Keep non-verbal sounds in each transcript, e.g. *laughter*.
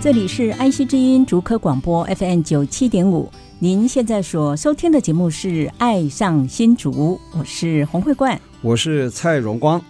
这里是安溪之音竹科广播 FM 九七点五，您现在所收听的节目是《爱上新竹》，我是洪慧冠。我是蔡荣光，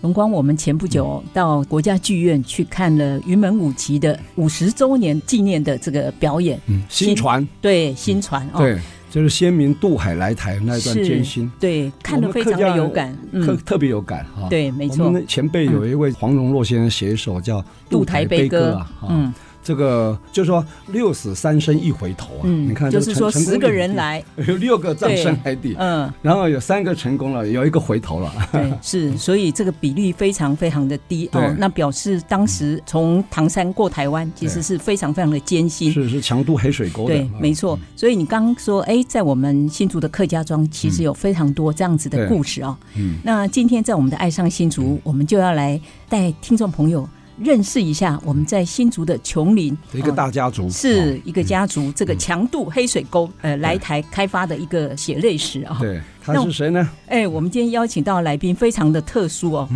荣光，我们前不久到国家剧院去看了云门舞集的五十周年纪念的这个表演，嗯，新船，对新传哦，对，就是先民渡海来台那段是艰辛，对，看得非常的有感，特嗯，特别有感哈。，对，没我错，嗯们前辈有一位黄荣洛先生写一首叫《渡台台悲歌》歌啊，，啊，嗯这个就说六死三生一回头啊，嗯你看，这就是个成说成功十个率人来， *laughs* 有六个葬身海底，嗯，然后有三个成功了，有一个回头了。 *laughs* 对，是，所以这个比率非常非常的低哦对，那表示当时从唐山过台湾其实对是非常非常的艰辛。是是强渡黑水沟的，对，啊没错。所以你刚刚说，哎，在我们新竹的客家庄，其实有非常多这样子的对故事哦。嗯，那今天在我们的爱上新竹，我们就要来带听众朋友认识一下我们在新竹的琼林一个哦大家族是一个家族，这个强渡黑水沟呃来对台开发的一个血泪史啊、啊哦。对，那他我是谁呢？哎，我们今天邀请到的来宾非常的特殊哦，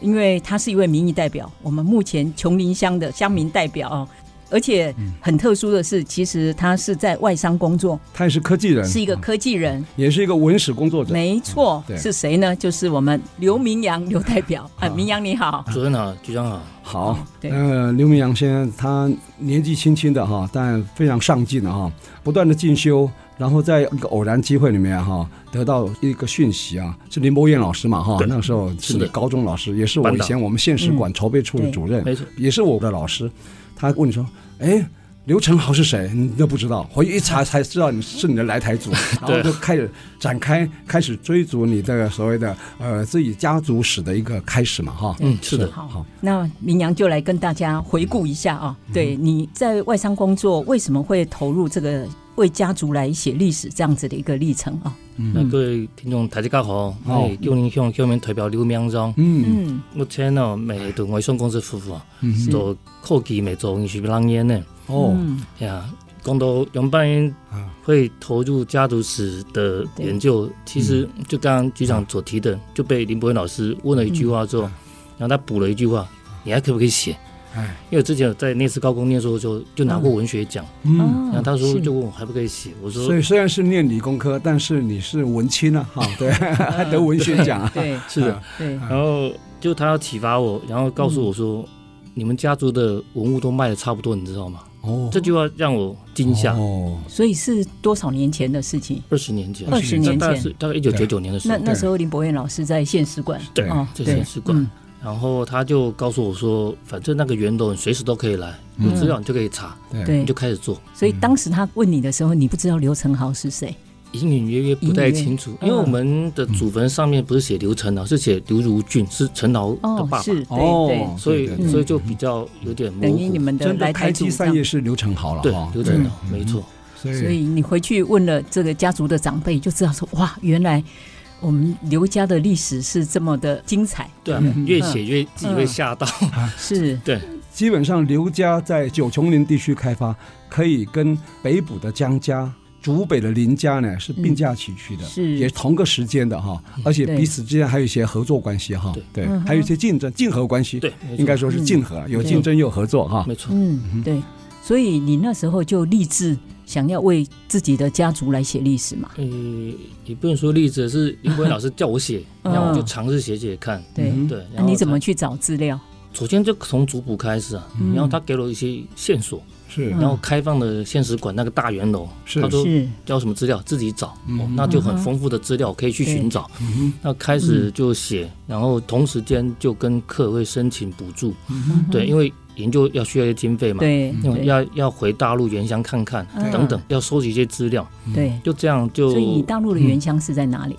因为他是一位民意代表，我们目前琼林乡的乡民代表哦，而且很特殊的是，其实他是在外商工作，他也是科技人，是一个啊科技人，也是一个文史工作者，没错，对是谁呢？就是我们刘明阳刘代表，啊，好明阳你好，主任好，局长好，好，对呃，刘明阳先生他年纪轻轻的哈，但非常上进的哈，不断的进修，然后在一个偶然机会里面哈，得到一个讯息啊，是林伯彦老师嘛哈，对那时候是是你的高中老师，也是我班以长前我们县史嗯馆筹备处的主任，没错，也是我的老师，他问你说，哎。刘成豪是谁？你都不知道，回去一查才知道你是你的来台 *laughs* 主，然后就开始展开开始追逐你的所谓的呃自己家族史的一个开始嘛哈。嗯，是的，好，那明阳就来跟大家回顾一下啊，对，你在外商工作为什么会投入这个为家族来写历史这样子的一个历程啊？那嗯各位听众大家好，好我是中林乡乡民代表刘明章，哦嗯嗯，目前哦呢，每对外商公司服务啊，嗯做科技咪做艺术人员呢，哦，嗯呀，讲到杨半英啊会投入家族史的研究，其实嗯就刚刚局长所提的，就被林伯文老师问了一句话之后，然后他补了一句话，你还可不可以写？嗯哎，因为之前有在内斯高工念书的时候，就拿过文学奖，嗯，哦然后他说是就问我还不可以写，我说所以虽然是念理工科，但是你是文青啊，哈，对， *laughs* 还得文学奖啊，对是的，对，然后就他要启发我，然后告诉我说，嗯你们家族的文物都卖的差不多，你知道吗？哦，这句话让我惊吓。哦，所以是多少年前的事情？二十年前，二十年大概前是，大概一九九九年的时那候，那时候林伯彦老师在县史馆，对哦，在对县史馆嗯然后他就告诉我说，反正那个源头你随时都可以来，有资料你就可以查，对，嗯对你就，开始做。所以当时他问你的时候，你不知道刘成豪是谁，隐隐约约不太清楚，隐隐因约为我们的祖坟上面不是写刘成啊，是写刘如俊，是陈敖的嗯哦爸，爸，是，对对哦，，所以对对嗯所以就比较有点模等于你糊。们哦嗯的真来的台开主这机三样叶。是刘成豪了，对哈，，刘对嗯成敖没错。所所以以你回去问了这个家族的长辈，就知道说，哇，原来我们刘家的历史是这么的精彩，对啊，越写越自己会吓到。是，基本上刘家在九琼林地区开发，可以跟北部的江家。竹北的林家呢是并驾齐驱的，嗯是也同个时间的哈，而且对彼此之间还有一些合作关系哈，对，还有一些竞争竞合关系，对，没错应该说是竞合，有竞争又合作哈，没错。嗯，对，所以你那时候就立志想要为自己的家族来写历史嘛，呃，也不能说例子，是林博文老师叫我写，嗯然后我就尝试写写看。对，嗯对，那然后你怎么嗯才去找资料？首先就从族谱开始啊，然后他给了我一些线索，是嗯然后开放了现实馆那个大圆楼，是他说是要什么资料自己找，哦，那嗯就很丰富的资料可以去寻找。那开始就写，然后同时间就跟客会申请补助，对，因为研究要需要一些经费嘛，对因为对要要回大陆原乡看看嗯哦等等，要收集一些资料，对，就这样就所以你大陆的原乡是在哪里？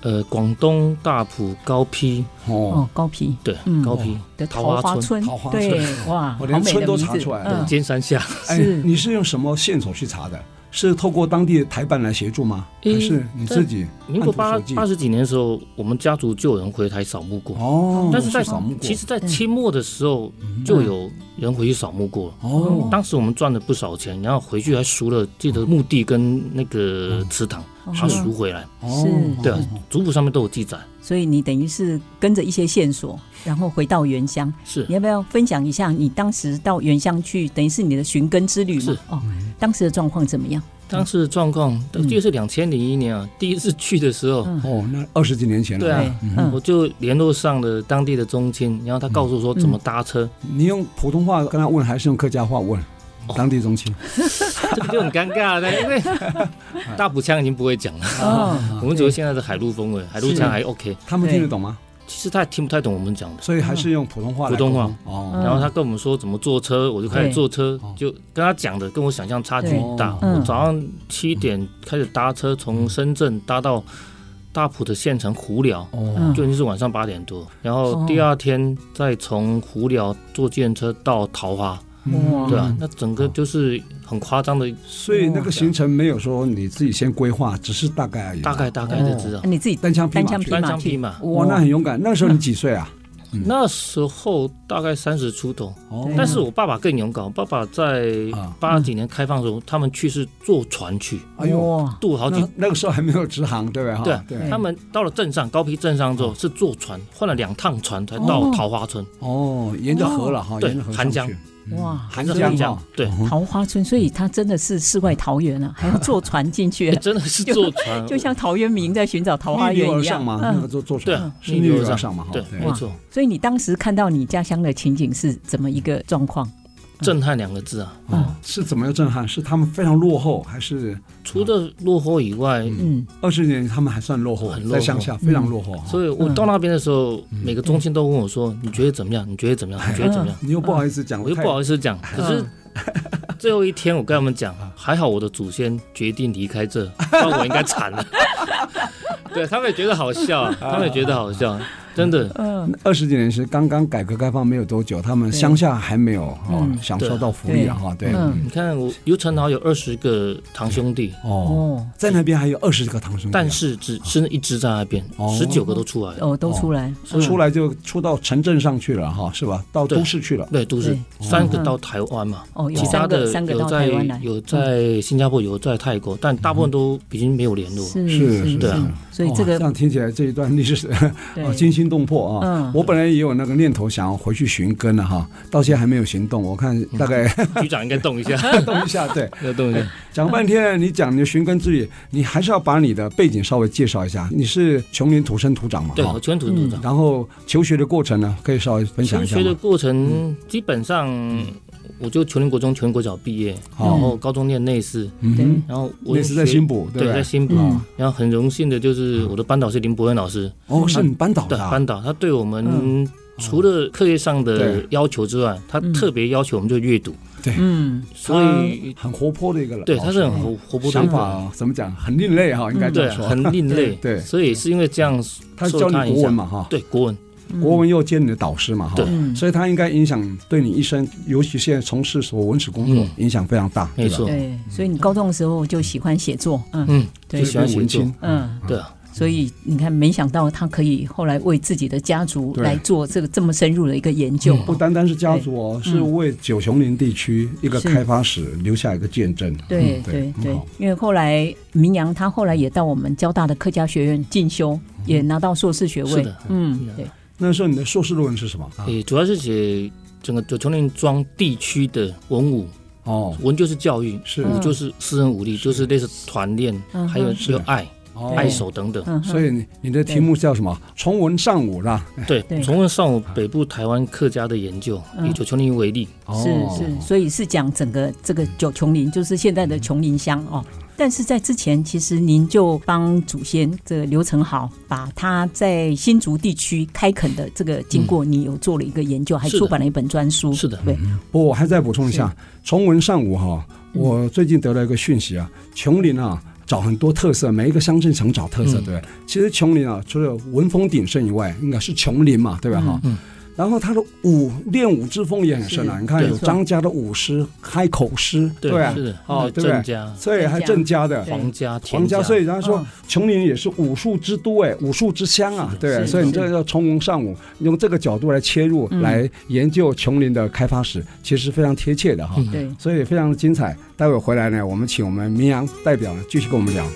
呃广东大埔高坯，哦，哦，高坯对嗯，高坯的桃桃花花村村，桃花村对，哇，好我连美村的都名查字出来，了嗯尖山下。哎，是你是用什么线索去查的？是透过当地台办来协助吗？诶还是你自己嗯民国按八图索骥八十几年的时候，我们家族就有人回台扫墓过，哦，嗯但是在去扫墓过，嗯其实，在清末的时候就有人回去扫墓过了。哦，当时我们赚了不少钱，然后回去还赎了自己的墓地跟那个祠堂，把它赎回来。哦嗯是对啊，族谱上面都有记载。所以你等于是跟着一些线索，然后回到原乡。是嗯你要不要分享一下你当时到原乡去，等于是你的寻根之旅嘛是？哦，当时的状况怎么 *laughs* 样？当时的状况，我记得是两千零一年啊，第一次去的时候，嗯哦，那二十几年前了。对啊对，嗯我就联络上了当地的中亲，然后他告诉我嗯说怎么搭车，你用普通话跟他问，还是用客家话问？当地中青，这个就很尴尬 *laughs* 了，因为大埔腔已经不会讲了，哦，嗯我们只会现在的海陆风味，海陆腔还 OK。他们听得懂吗？其实他也听不太懂我们讲的。所以还是用普通话来普通话沟通哦。嗯哦然后他跟我们说怎么坐车，我就开始坐车对，就跟他讲的跟我想象差距很大。对嗯嗯我早上七点开始搭车，从深圳搭到大埔的县城湖寮，哦嗯就已经是晚上八点多。然哦后第二天再从湖寮坐电车到桃花，嗯哇对啊，那整个就是很夸张的，所以那个行程没有说你自己先规划，只是大概而已。大概大概就知道那。你自己单枪匹单马枪去匹单马枪匹去，马，哇，那很勇敢。那时候你几岁啊？嗯那时候大概三十出头，哦对但是我爸爸更勇敢，我爸爸在啊八几年开放的时候，他们去是坐船去，哎呦，哇，渡好几那那个时候还没有直航，对不对？哈哦对啊对嗯他们到了镇上，高皮镇上之嗯后是坐船，换了两趟船才到桃花村。哦，沿着河了哈，对沿着河寒上江去。哇，寒是江江哦对，桃花村，所以它真的是世外桃源啊，还要坐船进去啊哎，真的是坐 *laughs* 船， *laughs* 就像陶渊明在寻找桃花嗯逆流源而一上样嘛，那个嗯，坐坐对船啊，是逆逆流而流而上上嘛，哈嗯对，没哇错，所以你当时看到你家乡的情景是怎么一个状况？震撼两个字啊！哦是怎么样震撼？是他们非常落后，还是除了落后以外，嗯，二十年他们还算落后很，落后嗯在乡下非常落后哈。所以我到那边的时候，每个中心都问我说：“你觉得怎么样？你觉得怎么样？你觉得怎么样你又不好意思讲？”我又得太，不好意思讲，可是。最后一天，我跟他们讲，啊还好我的祖先决定离开这，不然我应该惨了。 *laughs* 对他们也觉得好笑啊，他们也觉得好笑，真的。二十几年是刚刚改革开放没有多久，他们乡下还没有哦嗯享受到福利啊哈，对，嗯你看，我游成豪有二十个堂兄弟，哦，哦在那边还有二十个堂兄弟啊，但是只剩一只在那边哦，十九个都出来了。哦，都出来，出来就出到城镇上去了哈，是吧？到嗯对都市去了，对，都是对三个到台湾嘛，哦，有其他三个的三个有到在台湾来，嗯有在新加坡，有在泰国，但大部分都已经没有联络。是是是对是啊，所以这哇个这样听起来这一段历史哦对惊心动魄啊！嗯我本来也有那个念头想要回去寻根了哈，到现在还没有行动。我看大概 *laughs* *laughs* 局长应该 *laughs* 动一下，动一下， *laughs* 对，要动一下。讲半天，你讲你的寻根之旅，你还是要把你的背景稍微介绍一下。你是琼林土生土长嘛？对，哈我全土组嗯长。然后求学的过程呢，可以稍微分享求一下学的吗？过嗯程基本上，我就全林国中、全林国小毕业，好然后高中念内师，嗯然后我哼，类似在学新埔，对对，不在对？新埔嗯。然后很荣幸的就是我的班导是林伯恩老师，哦，是你班导对的啊，班导，他对我嗯们除了课业上的对要求之外，他特别要求我们就阅读，嗯，所以很活泼的一个老师，对他是很活活泼的一想个法人，啊，怎么讲，很另类哈，应该这对，啊样说。很另类， *laughs* 对所以是因为这样他受教他你影国文响，嘛哈，对国文，国文又兼你的导师嘛哈，对嗯所以他应该影响对你一生，尤其现在从事所文史工作嗯，影响非常大，没对吧错，对，所以你高中的时候就喜欢写作，嗯嗯，对就喜欢就是写文作青，嗯，对啊，所以你看，没想到他可以后来为自己的家族对嗯来做这个这么深入的一个研究，不单单是家族哦，对是为九雄林地区一个是开发史留下一个见证。对嗯对很对好，因为后来明阳他后来也到我们交大的客家学院进修，也拿到硕士学是位的。嗯是，的对，那时候你的硕士论文是什么？啊也主要是写整个九琼林庄地区的文武，哦，文就是教育，是武就是私人武力，就是类似团练，还有嗯有爱，哦爱手等等。嗯哼，所以你你的题目叫什么？崇文尚武啦。对对，重温上午北部台湾客家的研究，嗯以九琼林为例，哦是是，所以是讲整个这个九琼林，就是现在的琼林乡哦。但是在之前，其实您就帮祖先这个刘成豪把他在新竹地区开垦的这个经过，你有做了一个研究，还是的出版了一本专书。是的对，不过我还再补充一下，崇文尚武哈，嗯我最近得到一个讯息啊，琼林啊。找很多特色，每一个乡镇想找特色，嗯对不对？其实琼林啊，除了文风鼎盛以外，应该是琼林嘛，对吧？哈、嗯嗯然后他的武练武之风也很盛啊，是你看对有张家的武师、开口师，对啊是的，哦对那不对郑家、所以还郑家的对黄家、田皇家，所以人家说嗯琼林也是武术之都，哎，武术之乡啊，对不对，是所以你是这个叫从文尚武，用这个角度来切入嗯来研究琼林的开发史，其实非常贴切的哈。嗯对，所以非常精彩。待会儿回来呢，我们请我们民阳代表呢继续跟我们聊。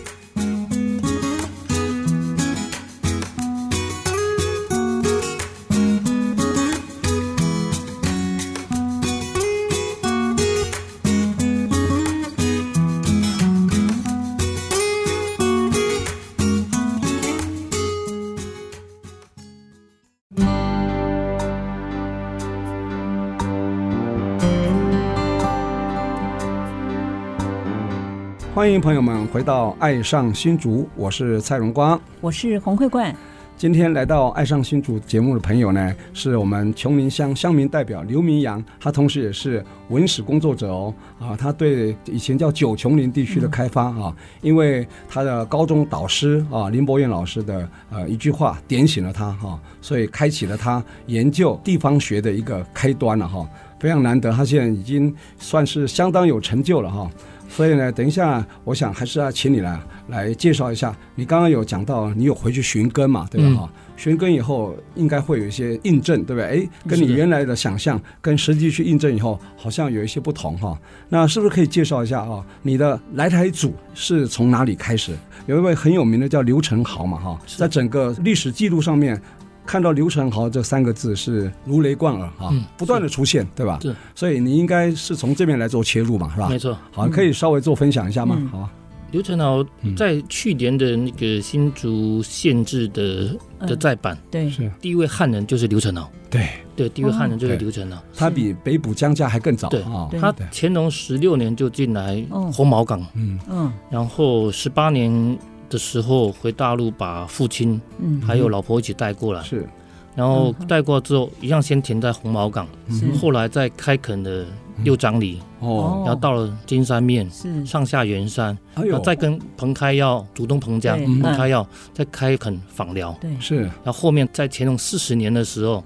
欢迎朋友们回到《爱上新竹》，我是蔡荣光。我是洪慧冠，今天来到《爱上新竹》节目的朋友呢，是我们琼林乡乡民代表刘明阳，他同时也是文史工作者哦。啊，他对以前叫九琼林地区的开发啊，因为他的高中导师啊林伯彦老师的呃一句话点醒了他哈、所以开启了他研究地方学的一个开端了哈、啊非常难得，他现在已经算是相当有成就了哈、所以呢，等一下，我想还是要请你来来介绍一下。你刚刚有讲到，你有回去寻根嘛，对吧？啊嗯哈、寻根以后应该会有一些印证，对不对？哎，跟你是的原来的想象跟实际去印证以后，好像有一些不同哈、那是不是可以介绍一下啊？你的来台组是从哪里开始？有一位很有名的叫刘成豪嘛，哈、是在整个历史记录上面。看到刘成豪这三个字是如雷贯耳哈，嗯不断的出现，对吧？是所以你应该是从这边来做切入嘛，是吧？没错。好，可以稍微做分享一下吗？嗯好啊，刘成豪嗯在去年的那个新竹县志的的嗯再版，对，是第一位汉人就是刘成豪，对，对，第一位汉人就是对刘成豪。他比北捕江家还更早对啊哦对，他对乾隆十六年就进来哦红毛港，嗯，嗯然后十八年的时候回大陆，把父亲嗯，还有老婆一起带过来，是然后带过来之后，一样先停在红毛港，是后来再开垦了六张犁，哦，嗯哎然后到了金山面、是上下圆山，还然有后再跟彭开耀、主东彭家、哎对彭嗯开耀再开垦访寮，对，是然后后面在乾隆四十年的时候，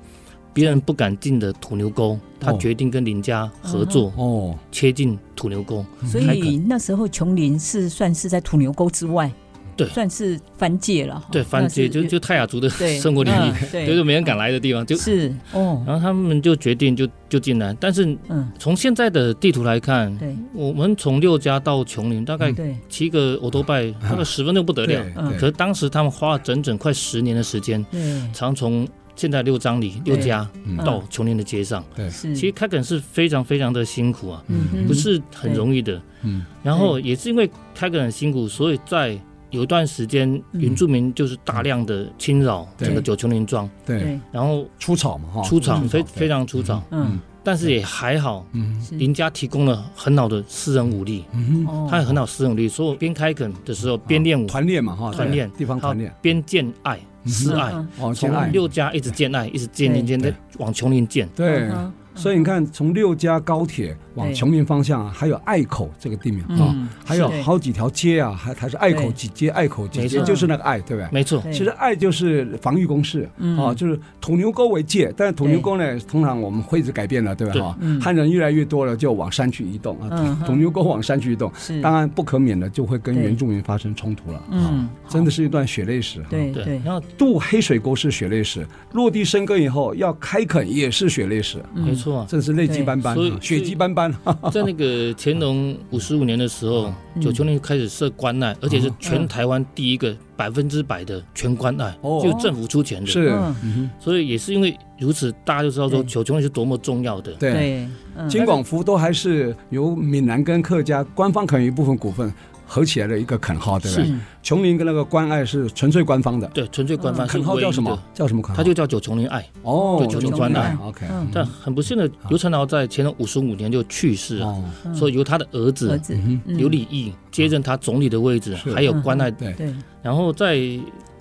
别人不敢进的土牛沟，他哦决定跟林家合作，嗯哦，切进土牛沟。所开以垦那时候琼林是算是在土牛沟之外，对算是番界了哈，对，番界那就是就泰雅族的对 *laughs* 生活领域，嗯对，就是没人敢来的地方，就。是哦，然后他们就决定就就进来，但是嗯，从现在的地图来看，对嗯我们从六家到琼林大概对，七个欧多拜，大概十分钟不得了。嗯可是当时他们花了整整快十年的时间，对，常从现在六张里六家嗯到琼林的街上，是，其实开垦是非常非常的辛苦啊，嗯哼不是很容易的。嗯然后也是因为开垦很辛苦，所以在有一段时间，嗯原住民就是大量的侵扰对整个九琼林庄，对，哦对，然后出草嘛哈，出草对非非常出草，嗯，但是也还好，嗯是林家提供了很好的私人武力，嗯，哦哦他有很好的私人武力，所以我边开垦的时候边练武，团练嘛哈，对团练地方还有团练边建爱私爱，嗯哦，从建爱六家一直建爱，一直建对建建，对再往琼林建。对嗯。哼所以你看，从六家高铁往对琼林方向啊，还有隘口这个地名啊，嗯，还有是好几条街啊，还还是隘口对几街，隘口几没街，错就是那个隘，对不对？没错，对其实爱就是防御工事，嗯啊，就是土牛沟为界，但是土牛沟呢，通常我们会址改变了，对吧？对哈嗯，汉人越来越多了，就往山区移动啊嗯，哼土牛沟往山区移动，是，当然不可免的就会跟嗯对原住民发生冲突了，啊嗯，真的是一段血泪史。哈对对对，，然后渡黑水沟是血泪史，落地生根以后要开垦也是血泪史，嗯没，错啊，真是泪迹斑斑，对所以啊血迹斑斑。哈 *laughs* 哈在那个乾隆五十五年的时候，嗯九琼林开始设关嗯隘，而且是全台湾第一个百分之百的全关隘，哦就政府出钱的。 *laughs* 是，嗯嗯嗯哼所以也是因为如此，大家就知道说对九琼林是多么重要的。对。对，嗯金广福都还是由闽南跟客家官方可能有一部分股份，合起来的一个垦号，对不嗯对？琼林跟那个关爱是纯粹官方的，对，纯粹官方。垦嗯号叫什么？啊叫什么垦号？它就叫九琼林爱。哦，对，九琼关爱。 OK，但很不幸的，啊刘成尧在乾隆五十五年就去世了，哦嗯所以由他的儿儿子子嗯刘礼义接任他总理的位置，还有关爱。对对然后在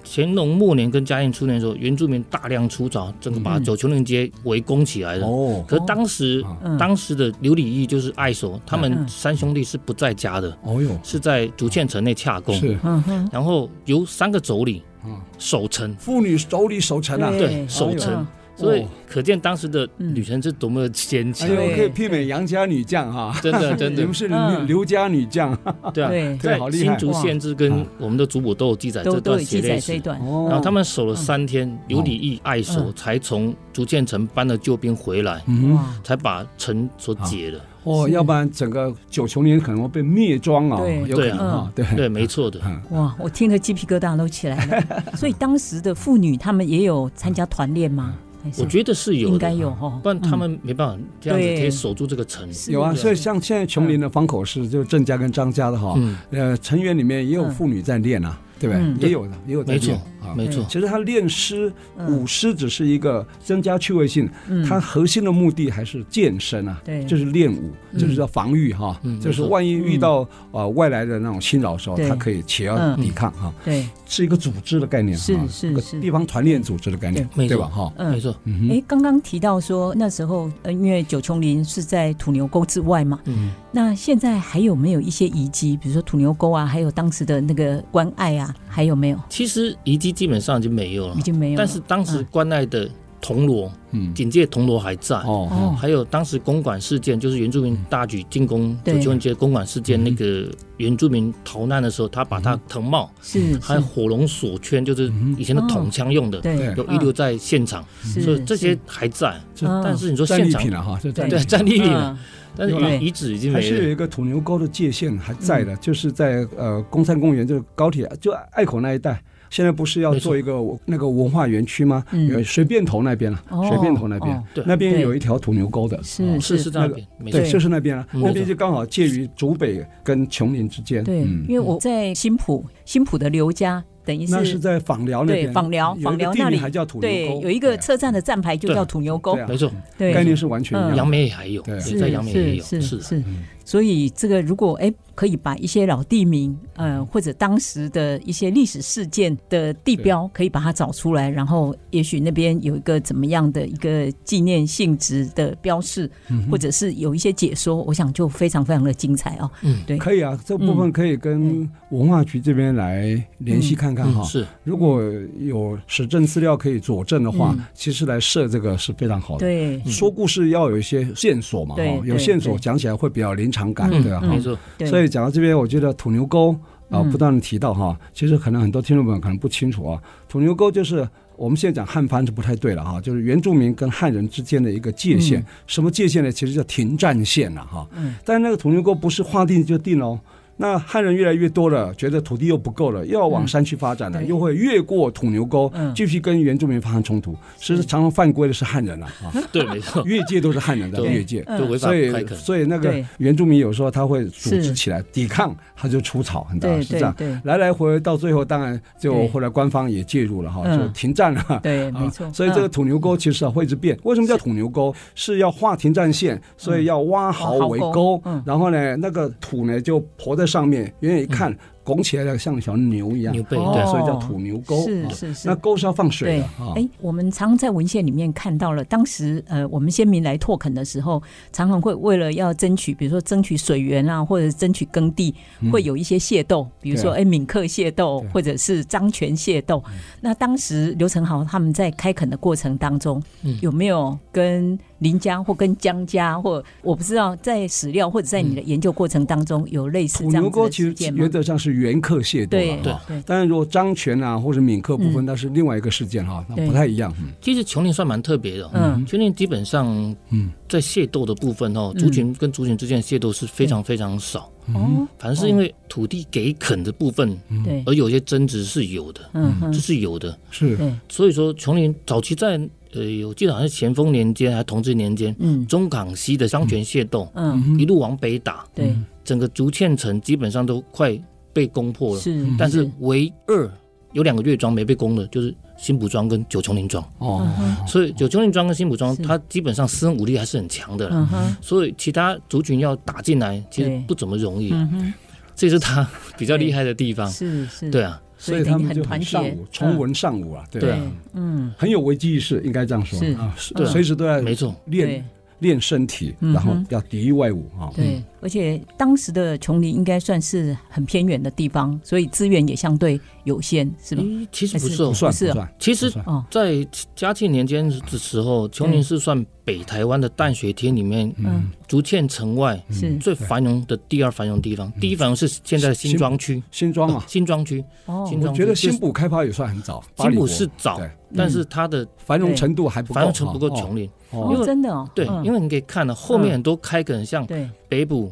乾隆末年跟嘉庆初年的时候，原住民大量出逃，整个嗯把九琼林街围攻起来了。哦可是当时嗯，当时的刘礼义就是爱手，他嗯们三兄弟是不在家的，哦哟，是在竹堑城内洽公。是嗯 *laughs* 哼，然后由三个妯娌嗯守城，妇女手里手成啊，对哎对，守城，哦所以可见当时的嗯女人是多么的坚哎强，呦，对可以媲美杨家女将 *laughs* 哈，*laughs* 真的真你的们，是嗯刘家女将，对啊。对，对在好厉害新竹县志跟我们的族谱都有记载嗯都这都段有血记载泪这一史。段， *laughs* 哦然后他们守了三天，刘礼义爱守嗯才从竹堑城搬了救兵回来，嗯，哇，才把城所解了。哦，是要不然整个九琼林可能会被灭庄啊，对有可能啊，对，嗯对，没错的，哇，我听了鸡皮疙瘩都起来了。所以当时的妇女她们也有参加团练吗？还是嗯我觉得是有的，应该有哦嗯哈，不然他们没办法这样子可以守住这个城。是 *laughs* 有啊，对所以像现在琼林的方口市，就是郑家跟张家的哈，嗯，呃，成员里面也有嗯妇女在练啊，对不嗯对？也有的，也有在没错练啊。没错，其实他练诗、嗯舞狮只是一个增加趣味性，嗯它核心的目的还是健身啊，对就是练武，嗯就是要防御哈嗯，就是万一遇到呃外来的那种侵扰的时候，对它可以起而抵抗哈，对，是一个组织的概念，是啊是一个是地方团练组织的概念，没对错吧？哈，嗯没错，嗯哼哎，刚刚提到说那时候，呃，因为九琼林是在土牛沟之外嘛，嗯。那现在还有没有一些遗迹，比如说土牛沟啊，还有当时的那个关爱啊，还有没有？其实遗迹基本上已经没有了已，经没有了。但是当时关爱的铜锣、嗯，警戒铜锣还在。哦哦还有当时公馆事件，就是原住民大举进攻嗯对九丘街公馆事件，那个嗯原住民逃难的时候，他把他藤帽是是还有火龙锁圈，就是以前的筒枪用的，对嗯啊对有遗留在现场，所以这些哦嗯是还在。这嗯但是你说战现利场品了哈，这战利对 *laughs* 品战利品嗯了，但是有了遗遗址已经还没是有了。一个土牛沟的界限还在嗯的，就是在呃公山公园，就是高铁就隘口那一带。现在不是要没错做一个那个文化园区吗？嗯有水便头那边了、哦水便头那边，哦对那边对有一条土牛沟的，是哦是是在那那个边，没错对，，就是那边了、啊嗯那边就刚好介于竹北跟琼林之间，对，嗯因为我在新浦，新浦的刘家等于那是是在访寮那对边，访寮，有一个访寮地名那里还叫土牛对沟，有一个对车站的站牌就啊对叫土牛沟对，啊没错。对，概念是完全一样的。杨梅也还有，对也在杨梅也有，是是是啊啊的是，嗯所以这个如果哎可以把一些老地名，呃嗯或者当时的一些历史事件的地标，可以把它找出来，然后也许那边有一个怎么样的一个纪念性质的标示，嗯或者是有一些解说，我想就非常非常的精彩哦。嗯对，可以啊，这部分可以跟文化局这边来联系看看哈、嗯是如果有实证资料可以佐证的话，嗯其实来设这个是非常好的。对说故事要有一些线索嘛，哈对，有对线索对讲起来会比较临场感，对吧？啊嗯没哈，错，对，所以讲到这边，我觉得土牛沟啊，嗯不断的提到哈，其实可能很多听众朋友可能不清楚啊，土牛沟就是我们现在讲汉番是不太对了哈，就是原住民跟汉人之间的一个界限，什么界限呢？其实叫停战线了哈。嗯但那个土牛沟不是划定就定哦。那汉人越来越多了，觉得土地又不够了，又要往山区发展了，嗯对又会越过土牛沟，嗯继续跟原住民发生冲突。其实常常犯规的是汉人 *laughs* 了啊，对没 *laughs* 错， *laughs* 越界都是汉人的对越界。就违法所以不开垦。所以那个对原住民有时候他会组织是起来抵抗，他就出草，很大对是这对样。对来来回回到最后，当然就对后来官方也介入了哈，嗯就停战 *laughs* 了。对，啊没错。所以这个嗯土牛沟其实啊会一直变。为什么叫土牛沟？是要划停战线，所以要挖壕为挖壕沟沟嗯，然后呢，那个土呢就驮在上面，远远一嗯看，拱起来了像小牛一样，牛背啊对所以叫土牛沟。哦是啊是是那沟是要放水对的啊，。哎，我们常在文献里面看到了，当时呃，我们先民来拓垦的时候，常常会为了要争取，比如说争取水源啊，或者争取耕地，会有一些械斗，比如说嗯对哎闽客械斗对，嗯或者是漳泉械斗。那当时刘成豪他们在开垦的过程当中，嗯有没有跟林家或跟江家，或我不知道在史料或者在你的研究过程当中有类似嗯土这样牛子沟的其事实件吗原？则上是原客械斗对了对哈。当然，如果张权啊或者闽客部分，嗯那是另外一个事件哈，那对不太一样。其实琼林算蛮特别的、哦，嗯琼林基本上嗯在械斗的部分哦，嗯族群跟族群之间的械斗是非常非常少，嗯哦反正是因为土地给垦的部分，对而有些争执是有的，嗯这哼是有的。是对嗯所以说琼林早期在呃，我记得好像是咸丰年间还是同治年间，嗯中港西的商权械斗、嗯一路往北打，对整个竹堑城基本上都快被攻破了，是，嗯但是唯二有两个乐庄没被攻的，就是新浦庄跟九琼林庄。哦嗯，哼所以九琼林庄跟新浦庄是，它基本上私人武力还是很强的啦。嗯哼，所以其他族群要打进来，其实对不怎么容易，嗯哼，这是他比较厉害的地方。是是，对，啊，所以他们所以等于很就团很结尚武，崇文尚武啊，对对吧啊？嗯，很有危机意识，应该这样说是啊，对啊随时都在没错，练对嗯练身体，嗯哼然后要抵御外物啊。对，而且当时的琼林应该算是很偏远的地方，所以资源也相对有限，是吧？咦其实还是不是哦不，算不是不啊算，其实不算哦，在嘉庆年间的时候，琼林是算北台湾的淡水厅里面嗯，竹堑城外是最繁荣的第二繁荣地嗯方。第一繁荣是现在的新庄区，新庄啊呃，新庄区，哦，新我庄觉得区新浦开发也算很早，巴新黎浦国是早对，但是它的繁荣程度还不够，繁荣程度不够哦琼林。哦因哦，为真的哦，对，嗯因为你可以看到后面很多开垦，像对，北部、嗯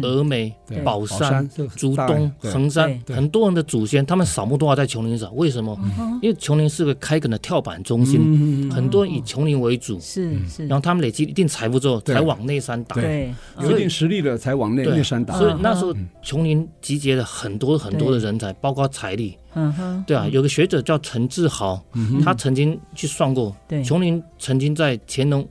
峨眉对、宝山山、这个竹大东、对横山，对很多人的祖先他们扫墓都要在琼林扫，为什么？嗯因为琼林是个开垦的跳板中心，嗯，很多人以琼林为主，是是嗯然，后他们累积一定财富之后，对才往内山打。对，嗯有一所以定实力的才往内对内山打。嗯所嗯以那时候琼林集结了很多很多的人才，包括财力。嗯哼，对啊，有个学者叫陈志豪，嗯他曾经去算过，对，琼林曾经在乾隆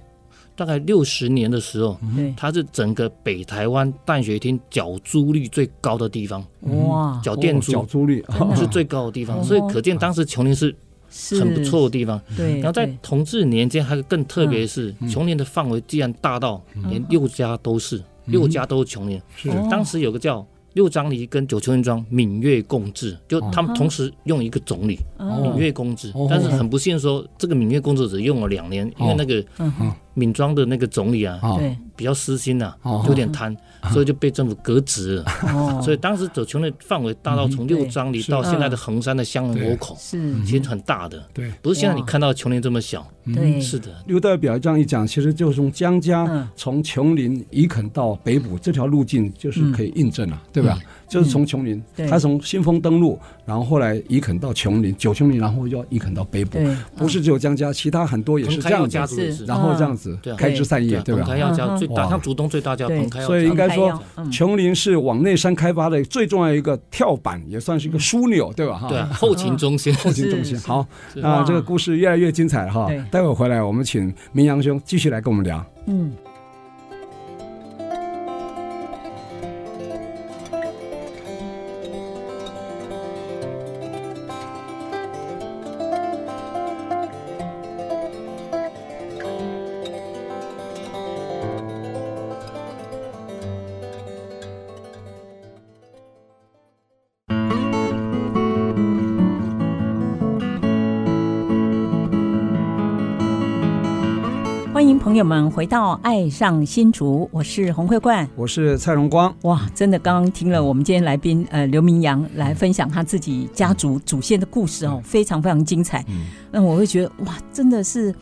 大概六十年的时候，对，它是整个北台湾淡水厅缴租率最高的地方，哇，缴店哦角租嗯逐力的是最高的地方，啊哦所以可见当时琼林是是很不错，的地方。对，然后在对嗯同治年间，还有更特别的是，琼林的范围既然大到连六家都是，六家都是琼林。是嗯哦当时有个叫六张犁跟九琼林庄闽粤共治，就哦他啊们同时用一个总理闽嗯粤公治哦，哦但是很不幸说这个闽粤公治只用了两年，因为那个嗯哼闽庄的那个总理啊，啊对，比较私心呐、哦啊，有点贪，所以就被政府革职了。哦，啊所以当时走琼的范围大到从六张里嗯对嗯到现在的横山的香园窝口，是其实很大的，对。不是现在哇你看到琼林这么小。嗯对，嗯是的，刘代表这样一讲，其实就是从江嗯家从琼林移垦到北埔这条路径，就是可以印证了，对吧？就是从琼林嗯对，他从新丰登陆，然后后来移垦到琼林、九琼林，然后又要移垦到北埔，对，嗯不是只有江家，其他很多也彭是开这耀样家子，族也是是，然后这样子嗯对啊开枝散叶，啊对彭吧嗯开？耀家最大，哇像竹东最大家对彭开耀所以应家，该说嗯琼林是往内山开发的最重要一个跳板，也算是一个枢纽，对吧？哈对啊，，后勤中心，嗯后勤中是心。是好，是那哇这个故事越来越精彩了哈对。待会儿回来，我们请明阳兄继续来跟我们聊。嗯，欢迎朋友们回到《爱上新竹》，我是洪慧冠。我是蔡荣光，哇，真的，刚刚听了我们今天来宾呃刘明阳来分享他自己家族祖先的故事哦，非常非常精彩。嗯那我会觉得哇，真的是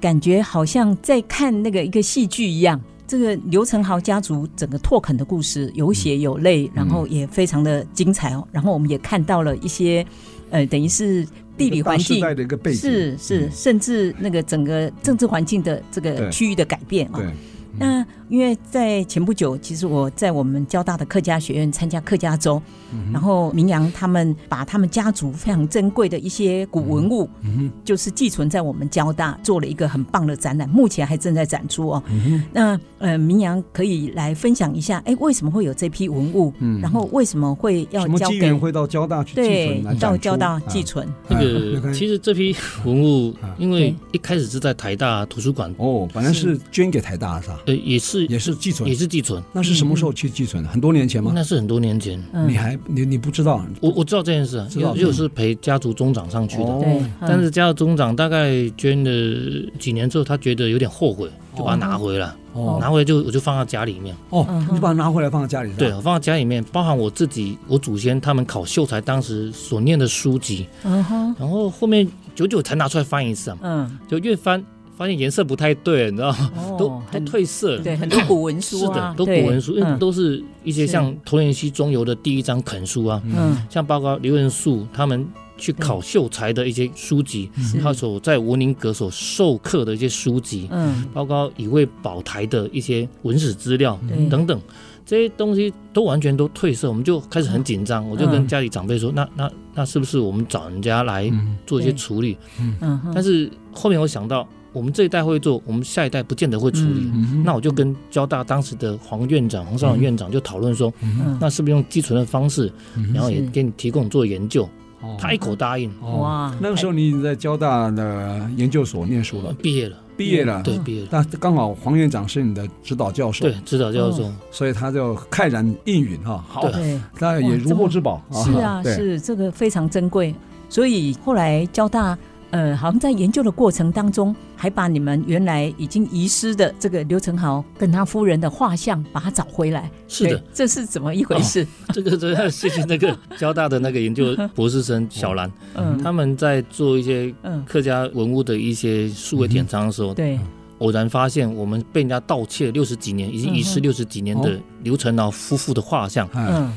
感觉好像在看那个一个戏剧一样。这个刘成豪家族整个拓垦的故事，有血有泪，然后也非常的精彩哦。然后我们也看到了一些，呃，等于是地理环一个大时境代的一个背景是是，甚至那个整个政治环境的这个对区域的改变啊、对，那因为在前不久，其实我在我们交大的客家学院参加客家周，嗯然后明阳他们把他们家族非常珍贵的一些古文物，嗯就是寄存在我们交大，做了一个很棒的展览，目前还正在展出哦。嗯那呃，明阳可以来分享一下，哎，为什么会有这批文物？然后为什么会哦要嗯什么交机给缘会到交大去寄对存来到展交出大啊寄存？这哎没个关系其实这批文物啊，因为对一开始是在台大图书馆，哦，本来是捐给台大的是吧？呃，也是也是寄存也，是寄存，那是什么时候去寄存的？很多年前吗？那是很多年前，你还你你不知道？我我知道这件事啊，知道嗯又又是陪家族中长上去的，哦嗯对，但是加到中长大概捐了几年之后，他觉得有点后悔，就把它拿回来。哦拿回来就我就放到家里面，嗯哦，你把它拿回来放在家里是吧？对，我放到家里面，包含我自己，我祖先他们考秀才当时所念的书籍，嗯哼，然后后面久久才拿出来翻一次啊，嗯，就越翻发现颜色不太对，你知道吗？哦啊都都很褪色了。对，很多古文是书啊的，，都古对文书，因为嗯都是一些是像《头年溪中游》的第一张垦书啊，嗯像包括刘仁素他们去考秀才的一些书籍，嗯他所在文林阁所授课的一些书籍，嗯，包括以卫保台的一些文史资料对等等，这些东西都完全都褪色，我们就开始很紧嗯张。我就跟家里长辈说，那那那是不是我们找人家来做一些处理？嗯哼，但是后面我想到，我们这一代会做，我们下一代不见得会处理。嗯嗯那我就跟交大当时的黄院长、黄少勇院长就讨论说，嗯那是不是用寄存的方式，然后也是给你提供做研究？哦嗯他一口答应，哇那个时候哦你已经在交大的研究所念书了，毕业了，毕业啊了。对，毕业了，那刚好黄院长是你的指导教授对，，指导教哦授，所以他就慨然应允哈。好，对，那哦也如获至宝。是啊，对，是这个非常珍贵。所以后来交大，呃，好像在研究的过程当中，还把你们原来已经遗失的这个刘成豪跟他夫人的画像，把它找回来。是的对，，这是怎么一回事？ *laughs* 这个这个谢谢那个交大的那个研究博士生小兰，嗯他们在做一些嗯，客家文物的一些数位典藏的时候，对，偶然发现我们被人家盗窃六十几年，已经遗失嗯哼六十几年的刘成老夫妇的画像，哎，嗯，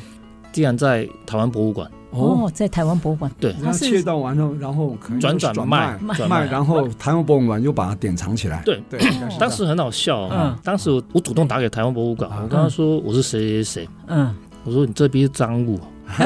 竟然在台湾博物馆。哦，哦，在台湾博物馆，对，然后窃盗完后，然后可能转转转卖卖转卖然后台湾博物馆又把它典藏起来。对对，嗯当时很好笑哦，当时我我主动打给台湾博物馆，啊我跟他说我是谁谁谁，嗯我说你这批是赃物， *laughs*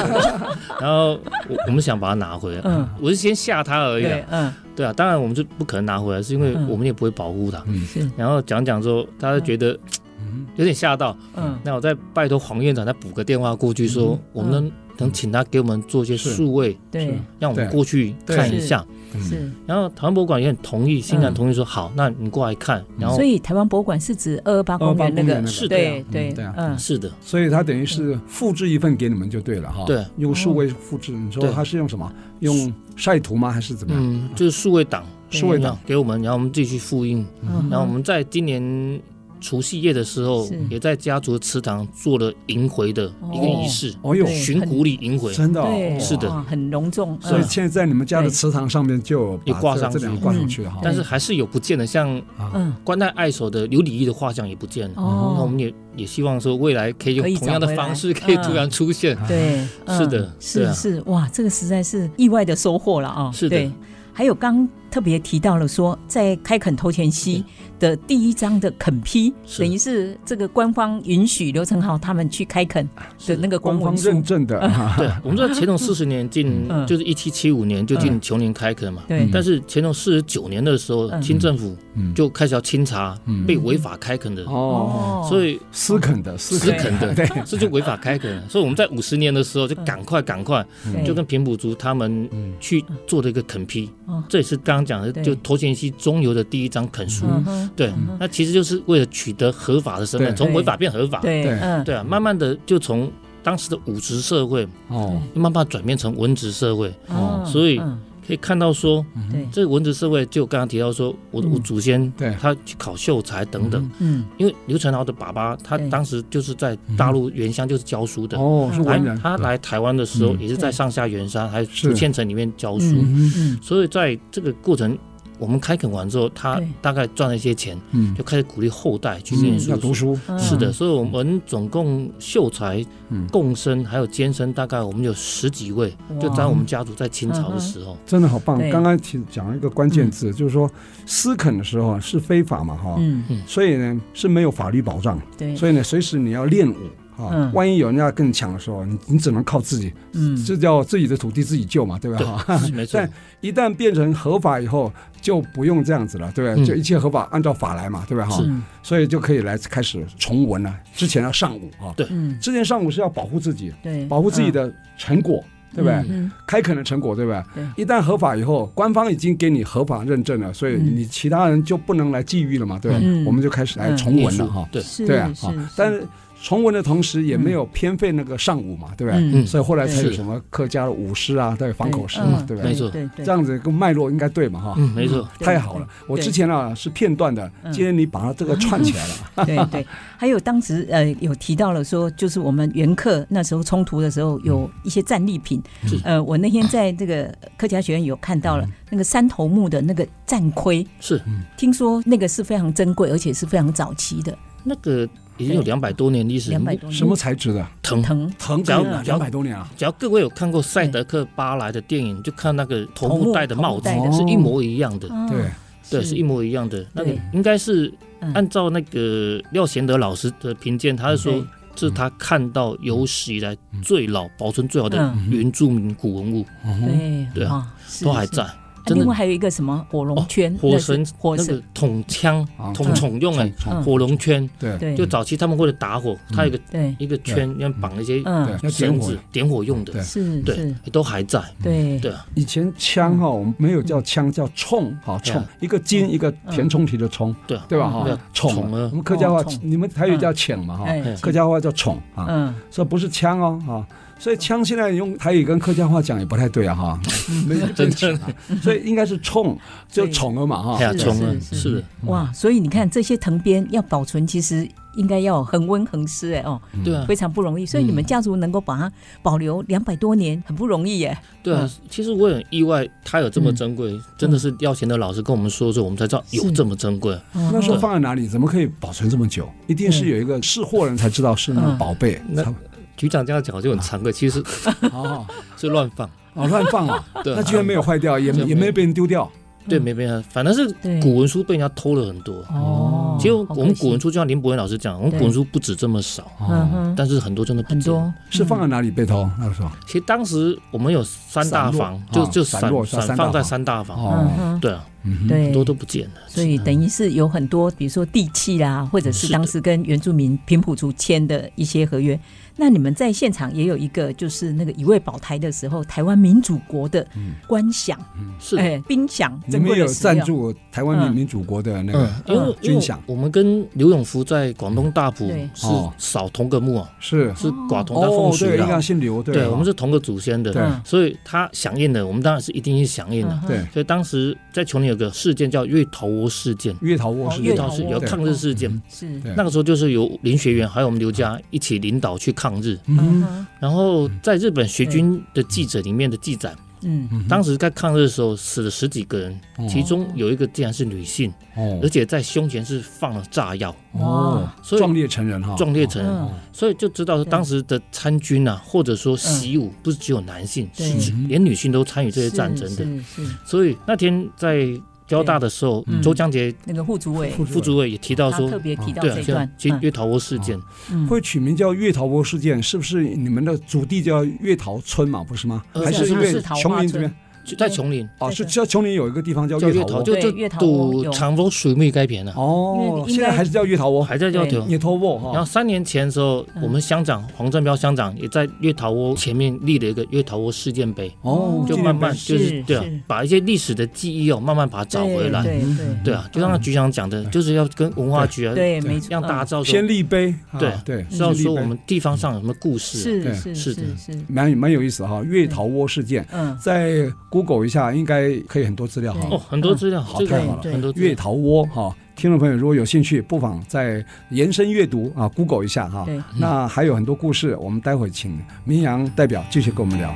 然后我我们想把它拿回来，嗯，我是先吓他而已啊。对，嗯啊对啊，当然我们就不可能拿回来，是因为嗯我们也不会保护它。嗯是，然后讲讲之后，他就觉得嗯有点吓到，嗯那我再拜托黄院长再补个电话过去说，我们能能请他给我们做一些是嗯数位，对，让我们对过去看一下。是。然后台湾博物馆也很同意，欣然同意说、好，那你过来看。然后所以台湾博物馆是指二二八哦公园那228公园那个，嗯个是的对呀对嗯对啊嗯是的，所以他等于是复制一份给你们就对了哈。对，用嗯数位复制，你说对他是用什么？用晒图吗？还是怎么样？嗯，就是数位档，对数位档给我们，然后我们自己去复印。嗯然后我们在今年除夕夜的时候是，也在家族的祠堂做了迎回的一个仪式，哦哟对，寻古礼迎回。真的哦，对，哇是的哇很隆重，所以嗯现在在你们家的对祠堂上面就有把也挂这上这去两个挂上去了哈。但是还是有不见的，像嗯关爱爱手的刘礼义的画像也不见了。那我哦，们也也希望说未来可以可以用找同样的回来嗯方式，可以突然出现。对，嗯是的对是啊是，哇，这个实在是意外的收获了啊！是的对，还有刚特别提到了说，在开垦头前溪的第一章的垦批，是等于是这个官方允许刘成浩他们去开垦的那个官公方文书认，证的啊哈，对，我们知道乾隆四十年进嗯，就是一七七五年就进琼林开垦嘛。对，但是乾隆四十九年的时候，嗯清政府嗯就开始要清查嗯被违法开垦的，哦，所以以私垦的私是垦肯的，对，这就违法开垦。所以我们在五十年的时候就嗯赶快赶快，就跟平埔族他们嗯去做了一个垦批嗯，这也是刚刚讲的，对就头前溪中游的第一张垦书。嗯哼对，那其实就是为了取得合法的身份，对从违法变合法。对，对嗯，对啊，慢慢的就从当时的武职社会，哦，慢慢转变成文职社会，哦所以嗯可以看到说，嗯对，这个文职社会就刚刚提到说，我的嗯我祖先对他去考秀才等等，嗯因为刘成豪的爸爸他对当时就是在大陆原乡就是教书的，嗯哦，是来文人，他来台湾的时候嗯也是在上下元山还有是竹堑城里面教书，嗯嗯，所以在这个过程，我们开垦完之后，他对大概赚了一些钱，嗯就开始鼓励后代去念嗯，书。要读书，嗯是的，，所以我们总共秀才嗯、共生还有监生，大概我们有十几位，哇就在我们家族在清朝的时候，真的好棒嗯对。刚刚提讲了一个关键字，就是说私垦的时候啊是非法嘛哈，嗯，所以呢是没有法律保障，对，所以呢随时你要练武。啊嗯，万一有人要跟你抢的时候，你你只能靠自己，嗯这叫自己的土地自己救嘛，对吧？哈对，是没错但，一旦变成合法以后，就不用这样子了，对不对？嗯就一切合法，按照法来嘛，对不对？哈是，所以就可以来开始重文了。之前要上武啊，嗯，之前上武是要保护自己，对，保护自己的成果，对不对？嗯开垦的成果，对不对？对一旦合法以后，官方已经给你合法认证了，所以嗯你其他人就不能来觊觎了嘛，对不对？嗯我们就开始来重文了哈、对，是对啊，是哈但是重文的同时也嗯没有偏废那个上武嘛，对不对？啊嗯嗯所以后来才有是什么客家的武师啊，对对防口诗嘛，嗯对不没对？错对对，这样子个脉络应该对嘛哈。嗯，没错，对太好了，我之前啊是片段的，嗯今天你把它这个串起来了，对对， *laughs* 还有当时呃有提到了说，就是我们原客那时候冲突的时候有一些战利品是，呃，我那天在这个客家学院有看嗯到了那个三头目的那个战盔，是听说那个是非常珍贵，而且是非常早期的那个已经有两百多年历史，两百多年什么材质的？藤嗯藤藤讲根啊，两讲百多年啊，只要各位有看过塞德克巴莱的电影，就看那个头头目部戴的帽子头部戴的是一模一样的，啊对，对，是一模一样的。那个对应该是嗯按照那个廖贤德老师的评鉴，他是说对这是他看到有史以来最老、保存最好的原住民古文物，对对啊哇嗯是都还是在。啊真另的外还有一个什么火龙哦圈，火那是神火那个神，筒枪啊筒虫用哎，虫嗯火龙圈，对对就早期他们为了打火，它有一个对，一个圈，要绑一些嗯嗯，对要点绳火子点火用的对，是对是，，都还在。对对啊以前枪哈，我们没有叫枪，叫冲，好对冲啊，一个金一个填充题的冲，对啊对吧？哈对啊，冲冲啊啊，我们客家话哦冲，你们台语叫请嘛哦哈，哎客家话叫冲啊，嗯，所以不是枪哦啊，所以枪现在用台语跟客家话讲也不太对啊哈，没真的，啊所以应该是冲，就对冲了嘛哎哈呀，，虫啊，是是是的，哇，所以你看这些藤编要保存，其实应该要恒温恒湿哎哦，嗯对啊，非常不容易。所以你们家族能够把它保留两百多年，很不容易耶。对啊。嗯其实我也很意外，它有这么珍贵，真的是要钱的老师跟我们说说，我们才知道有是这么珍贵。那时候哦放在哪里？怎么可以保存这么久？一定是有一个识货人才知道是那个宝贝，嗯才局长这样讲就 *laughs* 很惭愧，其实哦是乱放，哦乱放啊，对啊那居然没有坏掉，也就没也没有被人丢掉。对，没办法，反正是对古文书被人家偷了很多。哦，其实好我们可惜古文，书就像林伯文老师讲，我们对古文书不止这么少，哦嗯哼，但是很多真的不很见多是放嗯在哪里被偷？那个时候其实当时我们有三大房散，落啊就就散散落在三散大房放在三大房，嗯哦，哼，对啊，嗯哼对，很多都不见了。所以等于是有很多，比如说地契嗯啦，或者是当时跟原住民平埔族签的一些合约。那你们在现场也有一个，就是那个一位保台的时候，台湾民主国的嗯官饷，是，哎，兵饷，你珍们贵的有石料赞，助台湾民嗯民主国的那啊个，啊嗯因为因军为饷我们跟刘永福在广东大埔对是哦少同个墓啊，是是寡同在哦凤，对，水应该啊，姓刘，对对，哦我们是同个祖先对的，嗯所以他响应的，我们当然是一定是响应的。嗯对所以当时在琼林有个事件叫月桃窝事件，月桃窝哦是月月桃桃窝是有抗日事件，是，对嗯那个时候就是由林学元还有我们刘家一起领导去抗日。嗯嗯哼然后在日本学军的记者里面的记载，嗯，当时在抗日的时候死了十几个人，其中有一个竟然是女性，而哦且在胸前是放了炸药，哦，所以壮烈成人哈，哦壮烈成人，嗯所以就知道对嗯当时的参军啊，或者说习武，不是只有男性，对是连女性都参与这些战争的。是是是所以那天在交大的时候对嗯，周江杰那个副主委，副主委也提到他说特，别提到对这啊，一像段，其实嗯月桃窝事件，嗯会取名叫月桃窝事件，是不是你们的祖地叫月桃村嘛？不是吗？呃还因是是为是桃花琼林这村边就在琼林哦，这是个叫琼林有一个地方叫叫月月桃桃，窝就对就月桃窝有赌长风水蜜该片啊，因哦为，应现在该还是叫月桃窝，还在教条。也偷窝然后哈，三年前的时候，嗯我们乡长黄振彪乡长也在月桃窝前面立了一个月桃窝事件碑，哦，就纪念慢慢碑就是是对啊是，把一些历史的记忆哦，慢慢把它找回来。对对对嗯啊，就像局长讲的，就是要跟文化局啊，对，没错，让大家知道先说，立碑，啊对对，知道先立碑说我们地方上有什么故事啊。是是对是是的是，蛮蛮有意思哈，月桃窝事件。嗯，在 Google 一下，应该可以很多资料哦，哈。很多资料，嗯好这个太好了很多资料月桃窝哈，听众朋友如果有兴趣，不妨再延伸阅读啊，Google 一下哈。对。那还有很多故事，我们待会请明阳代表继续跟我们聊。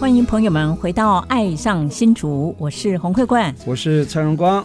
欢迎朋友们回到《爱上新竹》，我是洪慧冠。嗯我是蔡荣光，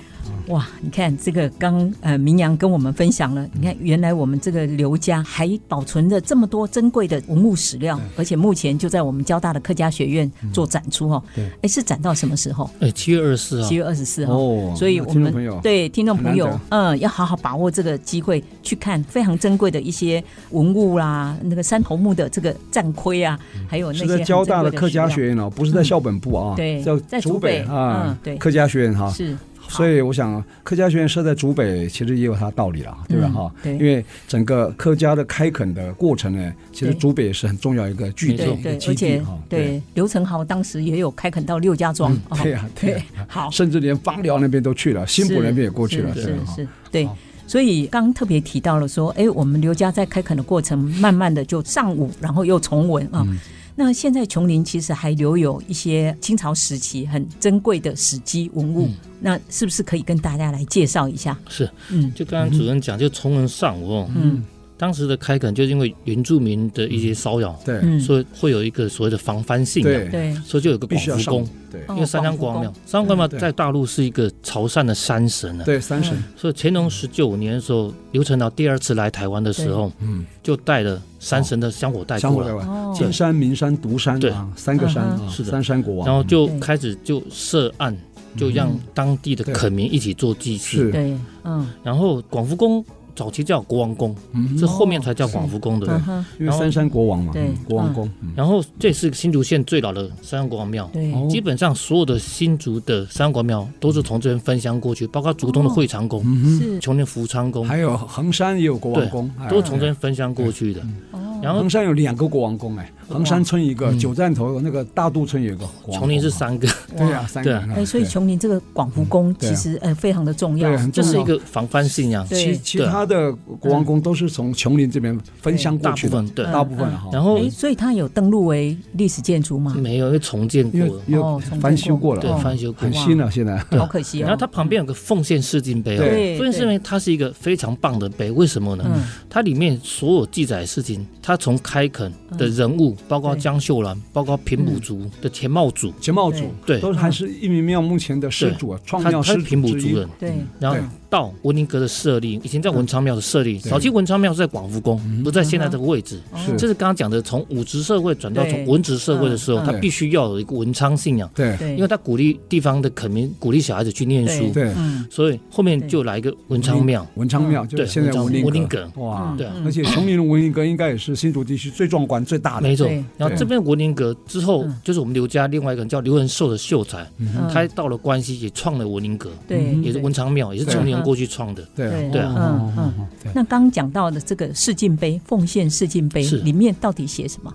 哇，你看这个刚呃明阳跟我们分享嗯了，你看原来我们这个刘家还保存着这么多珍贵的文物史料，而且目前就在我们交大的客家学院嗯做展出哦。对哎，是展到什么时候？哎，七月二十四号七，月二十四号。哦所以那我听们众朋友对听众朋很友难，嗯，要好好把握这个机会去看非常珍贵的一些文物啦，那个山头木的这个战盔啊，还有那些嗯是在很交大的珍贵客史料家嗯学院哦，不是在校本部啊，对叫在竹竹北啊嗯，对客家学院哈。是，好所以我想，客家学院设在竹北，其实也有它道理啦，对吧？哈、嗯对因为整个客家的开垦的过程呢，其实对竹北也是很重要一个据没点错、一对对，个而基地且哈。对刘成豪当时也有开垦到六家庄，哦 *laughs* 嗯对呀、啊对呀、好， *laughs* 甚至连枋寮那边都去了，新浦那边也过去了，是对是吧哈是，对。所以刚刚特别提到了说，哎，我们刘家在开垦的过程，慢慢的就尚武，然后又崇文啊。嗯那现在琼林其实还留有一些清朝时期很珍贵的史迹文嗯物，那是不是可以跟大家来介绍一下？是嗯就刚刚主任讲，就崇文上午哦，嗯，当时的开垦就是因为原住民的一些骚扰，对嗯，所以会有一个所谓的防范性啊，对，对，所以就有个必广须要福上宫，对哦因为三江国王庙，三江国王嗯对庙对在大陆是一个潮汕的山神啊。对三神，所以乾隆十九年的时候，刘成老第二次来台湾的时候，嗯，就带了山神的香火带哦香过火来台，湾，哦，金山、名山、独山对啊，三个山嗯啊，是的三山国王，然后就对开始就设案，就让当地的垦民一起做祭祀。是对，嗯，然后广福宫早期叫国王宫，嗯是后面才叫广福宫的。嗯哼，因为三山国王嘛，对嗯国王宫，嗯然后这是新竹县最老的三山国王庙，对，哦基本上所有的新竹的三山国王庙都是从这边分香过去，包括竹东的会长宫、嗯哼，是琼林福昌宫，还有衡山也有国王宫，哎都是从这边分香过去的。哦，然后衡山有两个国王宫哎，衡山村一个，嗯九站头有那个大肚村有一个国王宫，琼林是三个，对呀，三个对啊人啊，哎，所以对琼林这个广福宫对啊其实呃非常的重要对，很这重是一要。个防范信仰。对其其他的国王宫都是从琼林这边分香过大去部的，分嗯对，大部分哈。然后哎，所以它有登录为历史建筑嘛？没有，因为重建因过为了，因哦为翻修过了，对哦翻修过很。新了，现在。好可惜哦。然后它旁边有个奉献世境碑对哦，奉献世境碑它是一个非常棒的碑，为什么呢？嗯，它里面所有记载的事情，它从开垦的人物，包括嗯对嗯江秀兰，包括平埔族的前茂族，全茂祖对都还是一民庙目前的施主啊，创他庙他施是平埔主之族一人。对，然后对到文宁阁的设立，以前在文昌庙的设立，对嗯早期文昌庙是在广福宫，不在现在这个位置。是哦这是刚刚讲的，从武职社会转嗯到对从文职社会的时候，嗯他嗯必须要有一个文昌信仰，对对，因为他鼓励地方的垦民，鼓励小孩子去念书，对，嗯，所以后面就来一个文昌庙，嗯文昌庙就是对现在文文昌文林林阁阁哇嗯，对啊而 *clears throat* 且琼林的文林阁应该也是新竹地区最壮观最大的，啊没错对。然后这边文宁阁之后嗯，就是我们刘家另外一个人叫刘仁寿的秀才，嗯他嗯到了关西也创了文宁阁，对也是文昌庙，也是对琼林人过去创的。对对啊对啊哦嗯哦嗯哦对那刚刚讲到的这个世进碑，奉献世进碑是里面到底写什么？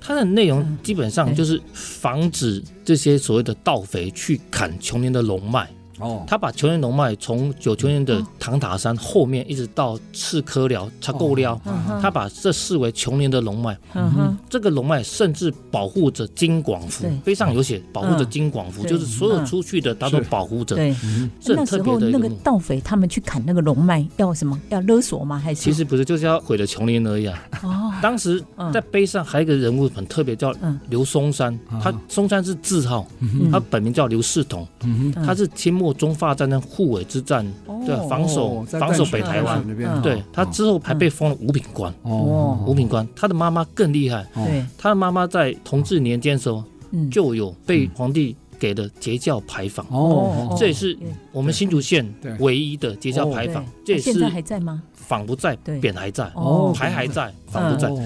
它的内容嗯基本上就是防止这些所谓的盗匪去砍琼林的龙脉。哦，他把琼林龙脉从九琼林嗯的唐塔山后面一直到赤科寮、茶沟寮，嗯哼他把这视为琼林的龙脉。嗯哼，这个龙脉甚至保护着金广福对，碑上有写保护着金广福，嗯就是所有出去的他都保护着，对。嗯是那很时特候别的一那个个墓。盗匪他们去砍那个龙脉，要什么？要勒索吗？还是其实不是，就是要毁了琼林而已啊！哦，当时嗯在碑上还有一个人物很特别，叫嗯刘松山啊，他松山是字号，嗯他本名叫刘世同，嗯嗯他是清末中法战争护卫之战，哦对啊防守哦在防守淡水北台湾淡水那边啊嗯，对他之后还被封了五品官。哦五品官，他的妈妈更厉害，哦对，他的妈妈在同治年间的时候嗯，就有被皇帝给的截教牌坊，哦这也是我们新竹县对唯一的截教牌坊哦对，啊这也现在是还在吗？坊不在对，匾还在，哦牌还在，嗯坊不在。哦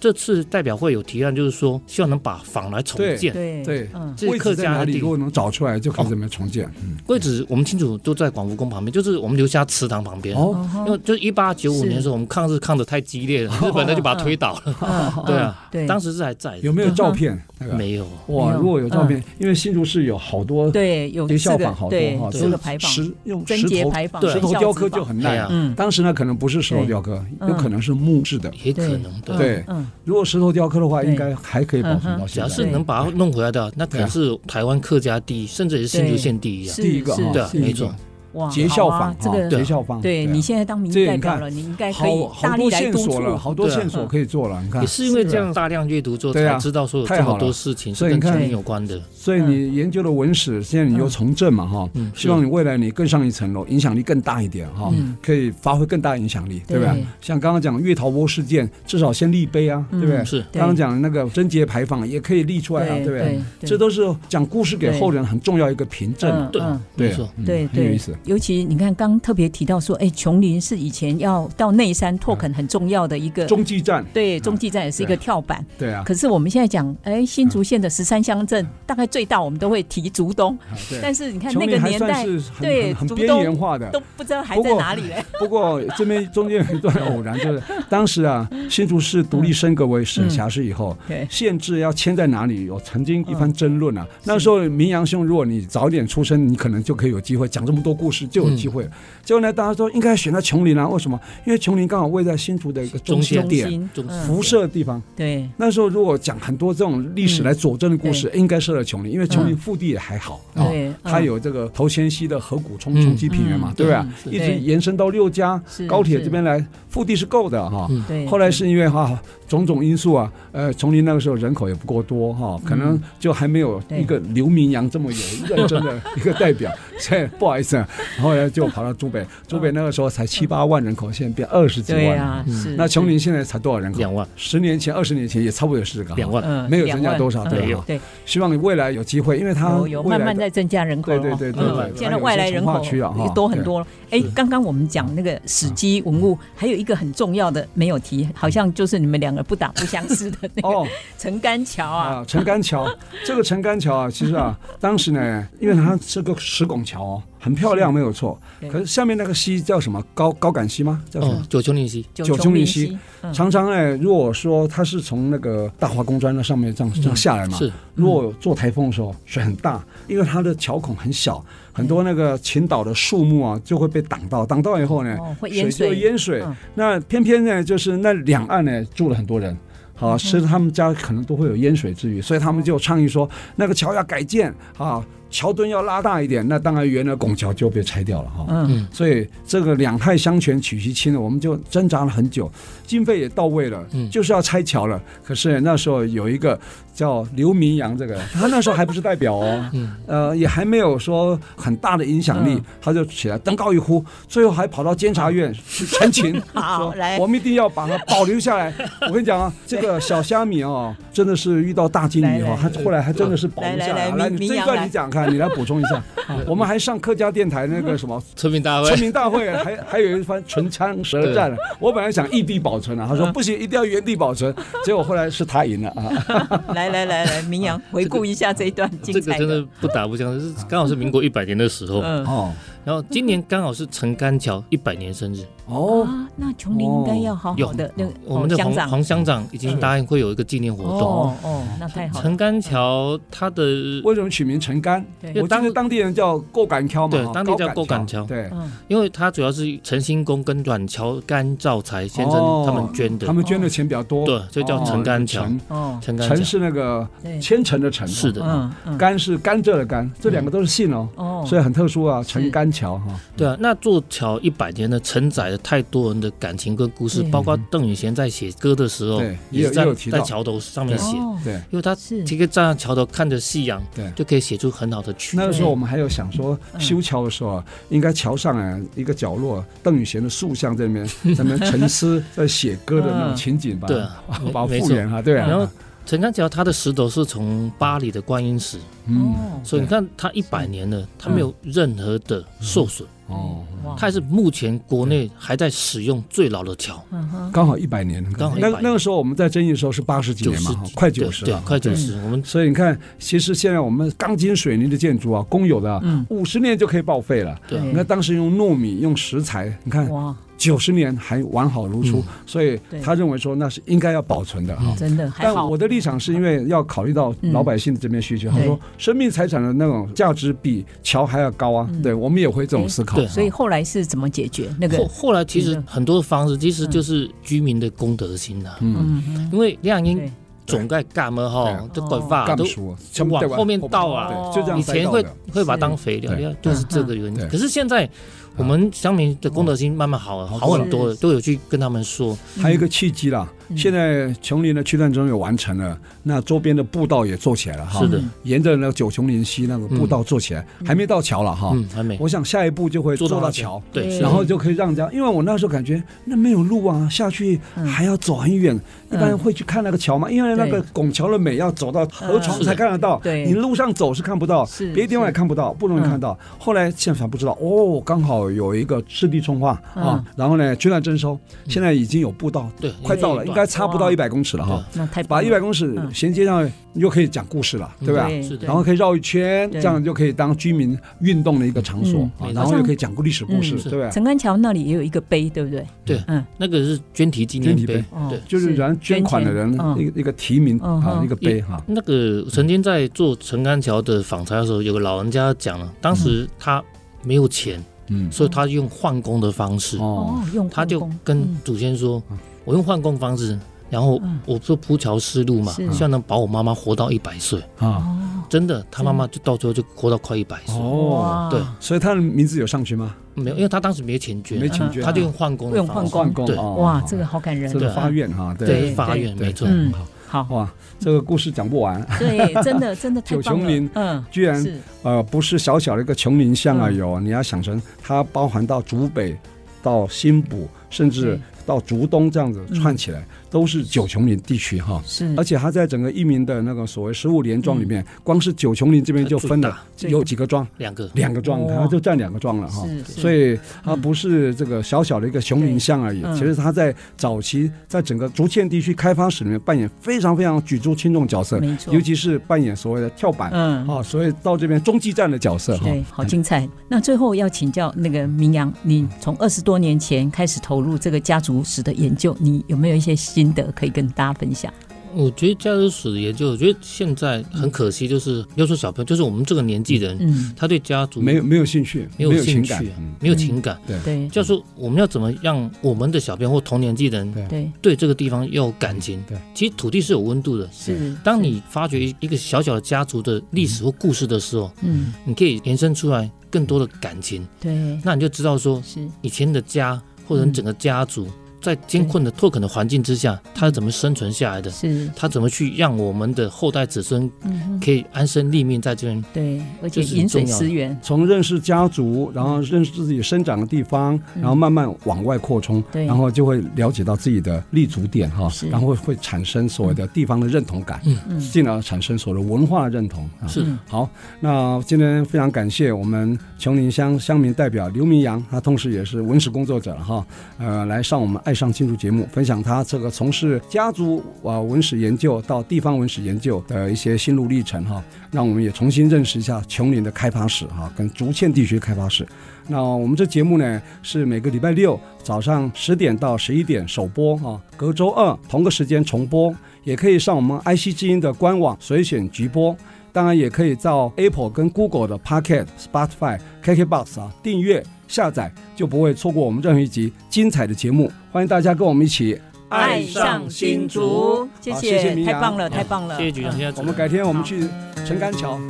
这次代表会有提案，就是说希望能把坊来重建。对对嗯这是位客置在家哪的里？地如果能找出来，就可以怎么样重建？嗯位置，我们清楚都在广福宫旁边，就是我们留下祠堂旁边。嗯哦，因为就是一八九五是年的时候，我们抗日抗得太激烈了，日本人就把它推倒了。嗯对啊，对，当时是还在的，哦有没有照片？那个没有？哇，没有嗯如果有照片，因为新竹市有好多对有这个这效个仿好对多哈，这都个是牌坊，石用贞石洁头啊牌坊对石头雕刻就很对耐啊啊。嗯，当时呢，可能不是石头雕刻，对有可能是木质的。也可能对对。对，嗯，如果石头雕刻的话，对嗯应该还可以保存到只现要在是。能把它弄回来的，那可对啊能是台湾客家第一，甚至也是新竹县第一啊是。第一个是哈，对啊第一个没错哇，结好效啊仿这哈，个结效仿。对啊你现在当民这意个代你表看了，你应该可以好好大力多来线督索促了，。好多对啊线索可以做了。你看也，是因为这样大量阅读之后，啊对啊才知道说有这么多事情是太好了所跟以你看丛林有关的。所以嗯你研究了文史，现在你又从政嘛哈，嗯，希望是你未来你更上一层楼，影响力更大一点哈嗯，可以发挥更大影响力，对吧对？像刚刚讲月桃窝事件，至少先立碑啊，对不对？是刚刚讲那个贞节牌坊也可以立出来啊，嗯对对不对？对这都是讲故事给后人很重要一个凭证啊，对嗯，没啊错，嗯对很有对意思。，尤其你看，刚特别提到说，哎，琼林是以前要到内山拓垦很重要的一个，中继站，对，中继站也是一个跳板。对啊，可是我们现在讲，哎，新竹县的十三乡镇，大概最大我们都会提竹东，啊对但是你看琼那个林还年算代是很对很很竹边东缘化的，都不知道还不在过哪里嘞。不过这边中间 *laughs* 有一段偶然，就是当时啊，新竹市独立升格为省辖市以后，对，县治要迁在哪里，有曾经一番争论啊。嗯那时候明阳兄，如果你早点出生，你可能就可以有机会讲这么多故事，就有机嗯会。结果呢，大家说应该选在琼林啊，为什么？因为琼林刚好位在新竹的一个中心间中点，心，中嗯辐射的地方。对，那时候如果讲很多这种历史来佐证的故事，应该设在琼林，因为琼林嗯腹地也还好啊。对，嗯它有这个头前溪的河谷冲冲击平原嘛，对吧？嗯一直延伸到六家是高铁这边来，腹地是够的哈。嗯对，后来是因为哈、种种因素啊，呃，丛林那个时候人口也不够多哈、可能就还没有对一个刘明阳这么有认真的 *laughs* 一个代表，所以不好意思啊，后来就跑到珠北，珠北那个时候才七八万人口，现在变二十几对万了。啊，是那琼林现在才多少人口？两万，十年前、二十年前也差不多有四个哈。两万，嗯没有增加多少对对吧对，希望未来有机会，因为它有有未慢来的慢在增加人口了哦，对对对哎对对嗯现在外来人口区啊哈嗯也多很多了。哎，刚刚我们讲那个史迹文物，还有一个很重要的没有提，好像就是你们两个不打不相 *laughs* 识的那个哦陈干桥 *laughs* 啊，啊，陈干桥这个陈干桥啊，其实啊，当时呢，因为它是个石拱桥哦，很漂亮，没有错对。可是下面那个溪叫什么？高高杆溪吗？叫什么嗯，？九丘陵溪，九九琼琼林林溪溪，嗯常常哎，如果说它是从那个大华公专那上面这样嗯这样下来嘛，是如果有做台风的时候，水很大，因为它的桥孔很小，很嗯多那个群岛的树木啊就会被挡到，挡到以后呢，哦会淹哎水就水淹水嗯。那偏偏呢，就是那两岸呢住了很多人。嗯好，是他们家可能都会有淹水之虞，所以他们就倡议说，那个桥要改建啊，桥墩要拉大一点。那当然，原来拱桥就被拆掉了哈。嗯嗯所以这个两害相权取其轻呢，我们就挣扎了很久，经费也到位了，嗯就是要拆桥了。可是那时候有一个叫刘明阳，这个人他那时候还不是代表哦，嗯呃，也还没有说很大的影响力，嗯他就起来登高一呼，最后还跑到监察院去陈情， *laughs* 好说来我们一定要把它保留下来。我跟你讲啊，这个小虾米哦，真的是遇到大金鱼来哦，他后来还真的是保留下来来来。来啊来，明你明这一阳来段你讲看，你来补充一下。我们还上客家电台那个什 *laughs* 么村民大村会，民大会还还有一番唇枪舌战，啊我本来想异地保存啊，他说不行，一定要原地保存，结果后来是他赢 *laughs* 了啊。来来来来，明 *laughs* 阳回顾一下这一段精这个彩真的的，不打不相识，是刚好是民国一百年的时候，嗯哦然后今年刚好是陈干桥一百年生日，哦，啊，那琼林应该要好好的那个我们的哦乡黄长黄乡长已经答应会有一个纪念活动。哦哦，那太好嗯了，陈干桥它的为什么取名陈干？对我记得当地人叫过杆桥嘛，对哦当地叫高过杆桥桥对，嗯因为它主要是陈兴公跟阮桥干兆才先哦生他们捐的，他们捐的钱比较多，对，所以叫哦陈干桥。陈哦陈干陈桥，是那个对千层的陈，是的哦嗯嗯甘是甘蔗的甘，这两个都是姓哦，哦，所以很特殊啊，嗯陈是甘桥哈。对啊，那座桥一百年呢，承载了太多人的感情跟故事，嗯包括邓宇贤在写歌的时候对，也也有是在也有提到在桥头上面写，哦对，因为他是这个站在桥头看着夕阳，对就可以写出很好的曲那个子。时候我们还有想说，嗯修桥的时候啊，应该桥上啊一个角落，邓宇贤的塑像在那 *laughs* 边，在那边沉思，在写歌的那种情景吧，对啊没把它没复错原啊，对啊，然后陈干桥它的石头是从巴黎的观音石，嗯，哦所以你看它一百年了，它没有任何的受损，嗯哦，哇它也是目前国内还在使用最老的桥，嗯哼刚好一百年，刚好那100年那个时候我们在争议的时候是八十几九年十嘛，哈快九对十对了，，快九十，嗯我们所以你看，其实现在我们钢筋水泥的建筑啊，公有的嗯五十年就可以报废了。对你看当时用糯米、用石材，你看哇，九十年还完好如初嗯，所以对他认为说那是应该要保存的哈。真的还但好我的立场是因为要考虑到嗯老百姓的这边需求，嗯他说生命财产的那种价值比桥还要高啊，对我们也会这种思考。嗯对所以后来是怎么解决那个后？后来其这实个很多方式，其实就是居民的公德心呐、嗯哼，因为亮英对，总该干嘛对哈啊，这管法干都不熟，全部往对吧后面倒啊对，就这以样塞前到会的。会把它当肥料，是要就是这个原嗯因嗯。可是现在我们乡民的公德心慢慢好了，嗯好好很多了，是都有去跟他们说，还有一个契机啦，嗯现在琼林的区段中也完成了，那周边的步道也做起来了哈。是的，沿着那个九琼林溪那个步道做起来，还没到桥了哈。嗯，还没哦我想下一步就会做到那桥。对，对是的然后就可以让人家，因为我那时候感觉那没有路啊，下去嗯还要走很远，一般会去看那个桥嘛，因为那个对拱桥的美要走到河床嗯才看得到，对你路上走是看不到是，别的地方也看不到，不容易看到。后来现场不知道，哦，刚好有一个湿地冲化啊嗯，然后呢，捐款征收，现在已经有步道，对快到了，有一应段该差不哦到一百公尺了哈对。那太棒把了一百公尺嗯衔接上，你就可以讲故事了，对吧？对是的然后可以绕一圈，对这样就可以当居民运动的一个场所嗯啊没，错然后又可以讲故历史故事，嗯是对吧？陈干桥那里也有一个碑，对不对？对嗯，那个是捐题纪捐念题碑碑，哦对。就是人家捐款的人捐钱嗯一个一个提名嗯啊，哼一个碑哈。那个曾经在做陈干桥的访谈的时候，有个老人家讲了，当时他没有钱，嗯，所以他用换工的方式，哦，哦，用嗯他就矿工跟祖先说：“我用换工方式，然后嗯我说铺桥丝路嘛，是嗯希望能保我妈妈活到一百岁。啊，哦，真的，他妈妈就到最后就活到快一百岁。哦，对，所以他的名字有上去吗？没有，因为他当时没钱捐，啊没钱捐啊他就用换工的嗯用方换式。工换工对哦哇，这个好感人这。个对发愿哈，对，对，发愿没错。嗯好，好，哇，这个故事讲不完，对，真 *laughs* 的真的太九棒琼林了。嗯，居然是呃，不是小小的一个琼林巷而嗯已哦，你要想成它包含到竹北、到新埔，甚至对到竹东这样子嗯串起来，都是九琼林地区哈。是而，且它在整个移民的那个所谓十五连庄里嗯面，光是九琼林这边就分了它最大有几个庄，两个，两个庄，哇它就占两个庄了哈。哦是，所以以它不是这个小小的一个雄林乡而已对，嗯其实它在早期在整个竹堑地区开发史里面扮演非常非常举足轻重角色，没错尤，其是扮演所谓的跳板嗯，啊，所以到这边中继站的角色哈。对，好精彩。那最后要请教那个明阳，你从二十多年前开始投入这个家族史的研究，你有没有一些心得可以跟大家分享？我觉得家族史研究，我觉得现在很可惜，就是要说小朋友，就是我们这个年纪的人，嗯，他对家族没有没有兴趣，没有有情兴趣感，啊嗯，没有情感。对就是说我们要怎么让我们的小朋友或同年纪的人对对，对这个地方要有感情？对，其实土地是有温度的。是。当你发掘一个小小的家族的历史或故事的时候，嗯，你可以延伸出来更多的感情，对，那你就知道说是以前的家或者你整个家族在艰困的拓垦的环境之下，他是怎么生存下来的，是，他怎么去让我们的后代子孙嗯哼，可以安身立命在这边。对，而且这是很饮水重要的思源，从认识家族，然后认识自己生长的地方，嗯然后慢慢往外扩充，对然后就会了解到自己的立足点哈是，然后会产生所谓的地方的认同感，嗯进而产生所谓的文化认同啊。是嗯好，那今天非常感谢我们琼林乡乡民代表刘明阳，他同时也是文史工作者哈，呃，来上我们《爱上新竹》节目，分享他这个从事家族啊、文史研究到地方文史研究的一些心路历程哈，让我们也重新认识一下琼林的开发史哈，跟竹堑地区开发史。那我们这节目呢是每个礼拜六早上十点到十一点首播啊，隔周二同个时间重播，也可以上我们 IC 之音的官网随选直播。当然也可以到 Apple 跟 Google 的 Pocket、Spotify、KKBox 啊订阅下载，就不会错过我们任何一集精彩的节目。欢迎大家跟我们一起爱上新竹，谢好谢谢明太阳棒了，好太棒了，谢谢局长，嗯现在主我们改天我们去陈干桥啊，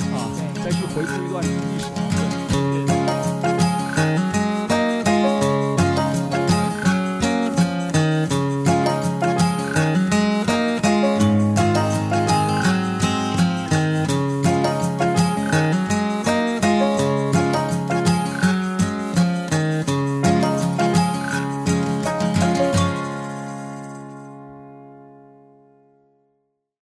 再去回顾一段历史。